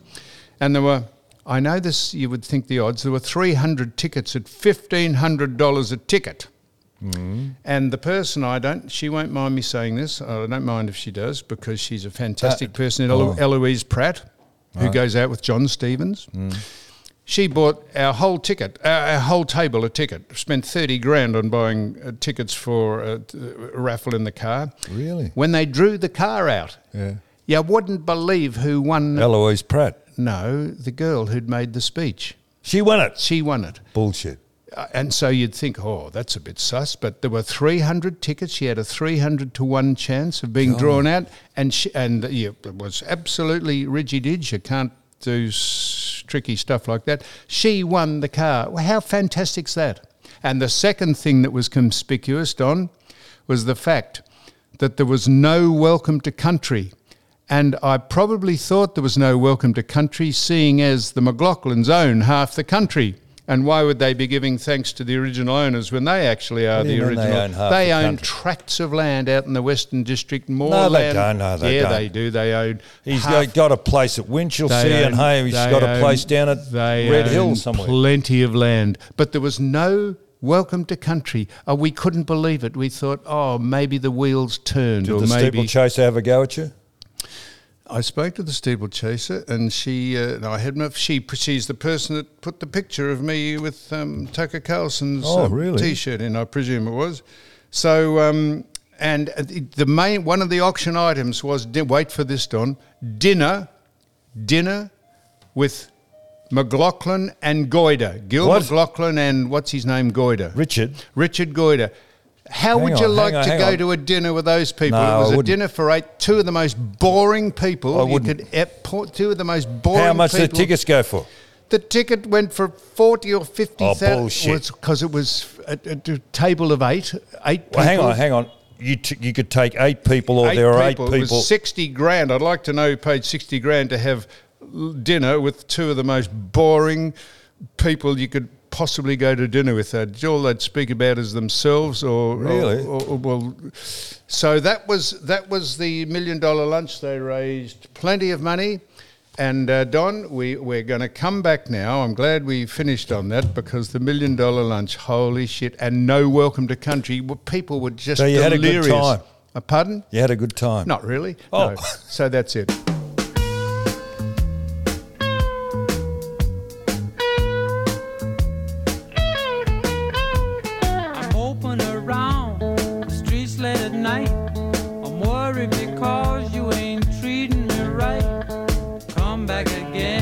S3: and there were i know this you would think the odds there were 300 tickets at $1500 a ticket
S5: Mm.
S3: and the person i don't she won't mind me saying this i don't mind if she does because she's a fantastic
S5: That-
S3: person Elo-
S5: oh. Mm.
S3: eloise pratt who goes out with john stevens she bought our whole ticket, uh, our whole table a ticket. Spent thirty grand on buying uh, tickets for a, a raffle in the car.
S6: Really?
S3: When they drew the car out,
S6: Yeah.
S3: you wouldn't believe who won.
S5: Eloise Pratt.
S3: No, the girl who'd made the speech,
S5: She won it.
S3: she won it.
S6: Bullshit.
S3: Uh, And so you'd think, oh, that's a bit sus. But there were 300 tickets. She had a 300 to 1 chance of being drawn out. And she, and yeah, it was absolutely rigid. edge. You can't do s- tricky stuff like that. She won the car. Well, how fantastic's that? And the second thing that was conspicuous, Don, was the fact that there was no welcome to country. And I probably thought there was no welcome to country, seeing as the McLaughlins own half the country. And why would they be giving thanks to the original owners when they actually are
S5: do you
S3: the
S5: mean they
S3: original?
S5: own half the country?
S3: tracts of land out in the Western District, more
S5: No, they
S3: land-
S5: don't. No, they
S3: yeah,
S5: don't.
S3: they do. They own.
S5: He's
S3: half
S5: got, got a place at Winchelsea,
S3: they
S5: and
S3: own-
S5: hey, he's
S3: they
S5: got a
S3: own-
S5: place down at
S3: they
S5: Red Hill
S3: own
S5: somewhere.
S3: Plenty of land, but there was no welcome to country. Uh, we couldn't believe it. We thought, oh, maybe the wheels turned,
S5: Did
S3: or
S5: the
S3: maybe
S5: steeplechaser have a go at you?
S3: I spoke to the steeplechaser, and she, uh, no, I had my, she, she's the person that put the picture of me with um, Tucker Carlson's
S6: Oh,
S3: uh,
S6: really?
S3: t-shirt in, I presume it was. So, um, and the the main one of the auction items was di- wait for this, Don, dinner, dinner with McLaughlin and Goider, Gil
S5: What?
S3: McLaughlin and what's his name, Goider,
S5: Richard.
S3: Richard Goider. How
S5: Hang
S3: would you
S5: on, hang
S3: like
S5: on,
S3: to
S5: hang
S3: go
S5: on.
S3: to a dinner with those people?
S5: No, I
S3: it was a
S5: wouldn't.
S3: dinner for eight. Two of the most boring people
S5: I
S3: you
S5: wouldn't.
S3: could ep- po- two of the most boring.
S5: How much
S3: people.
S5: did the tickets go for?
S3: The ticket went for forty or fifty
S5: Oh,
S3: thousand.
S5: bullshit.
S3: because it was a, a- a table of eight. Eight.
S5: Well, hang
S3: people.
S5: on, hang on. You, t- you could take eight people, or there are eight
S3: It
S5: people.
S3: was sixty grand. I'd like to know who paid sixty grand to have l- dinner with two of the most boring people you could possibly go to dinner with. Uh, all they'd speak about is themselves, or or-
S5: Really?
S3: or, or- well. So that was that was the million dollar lunch. They raised plenty of money. And uh, Don, we, we're going to come back now. I'm glad we finished on that because the million dollar lunch, holy shit, and no welcome to country. w- People were just
S5: So you had a good
S3: delirious.
S5: time.
S3: Uh, pardon?
S5: You had a good time.
S3: Not really.
S5: Oh.
S3: No. So that's it.
S7: I'm open around the streets late at night. I'm worried because you ain't treating me right. Come back again.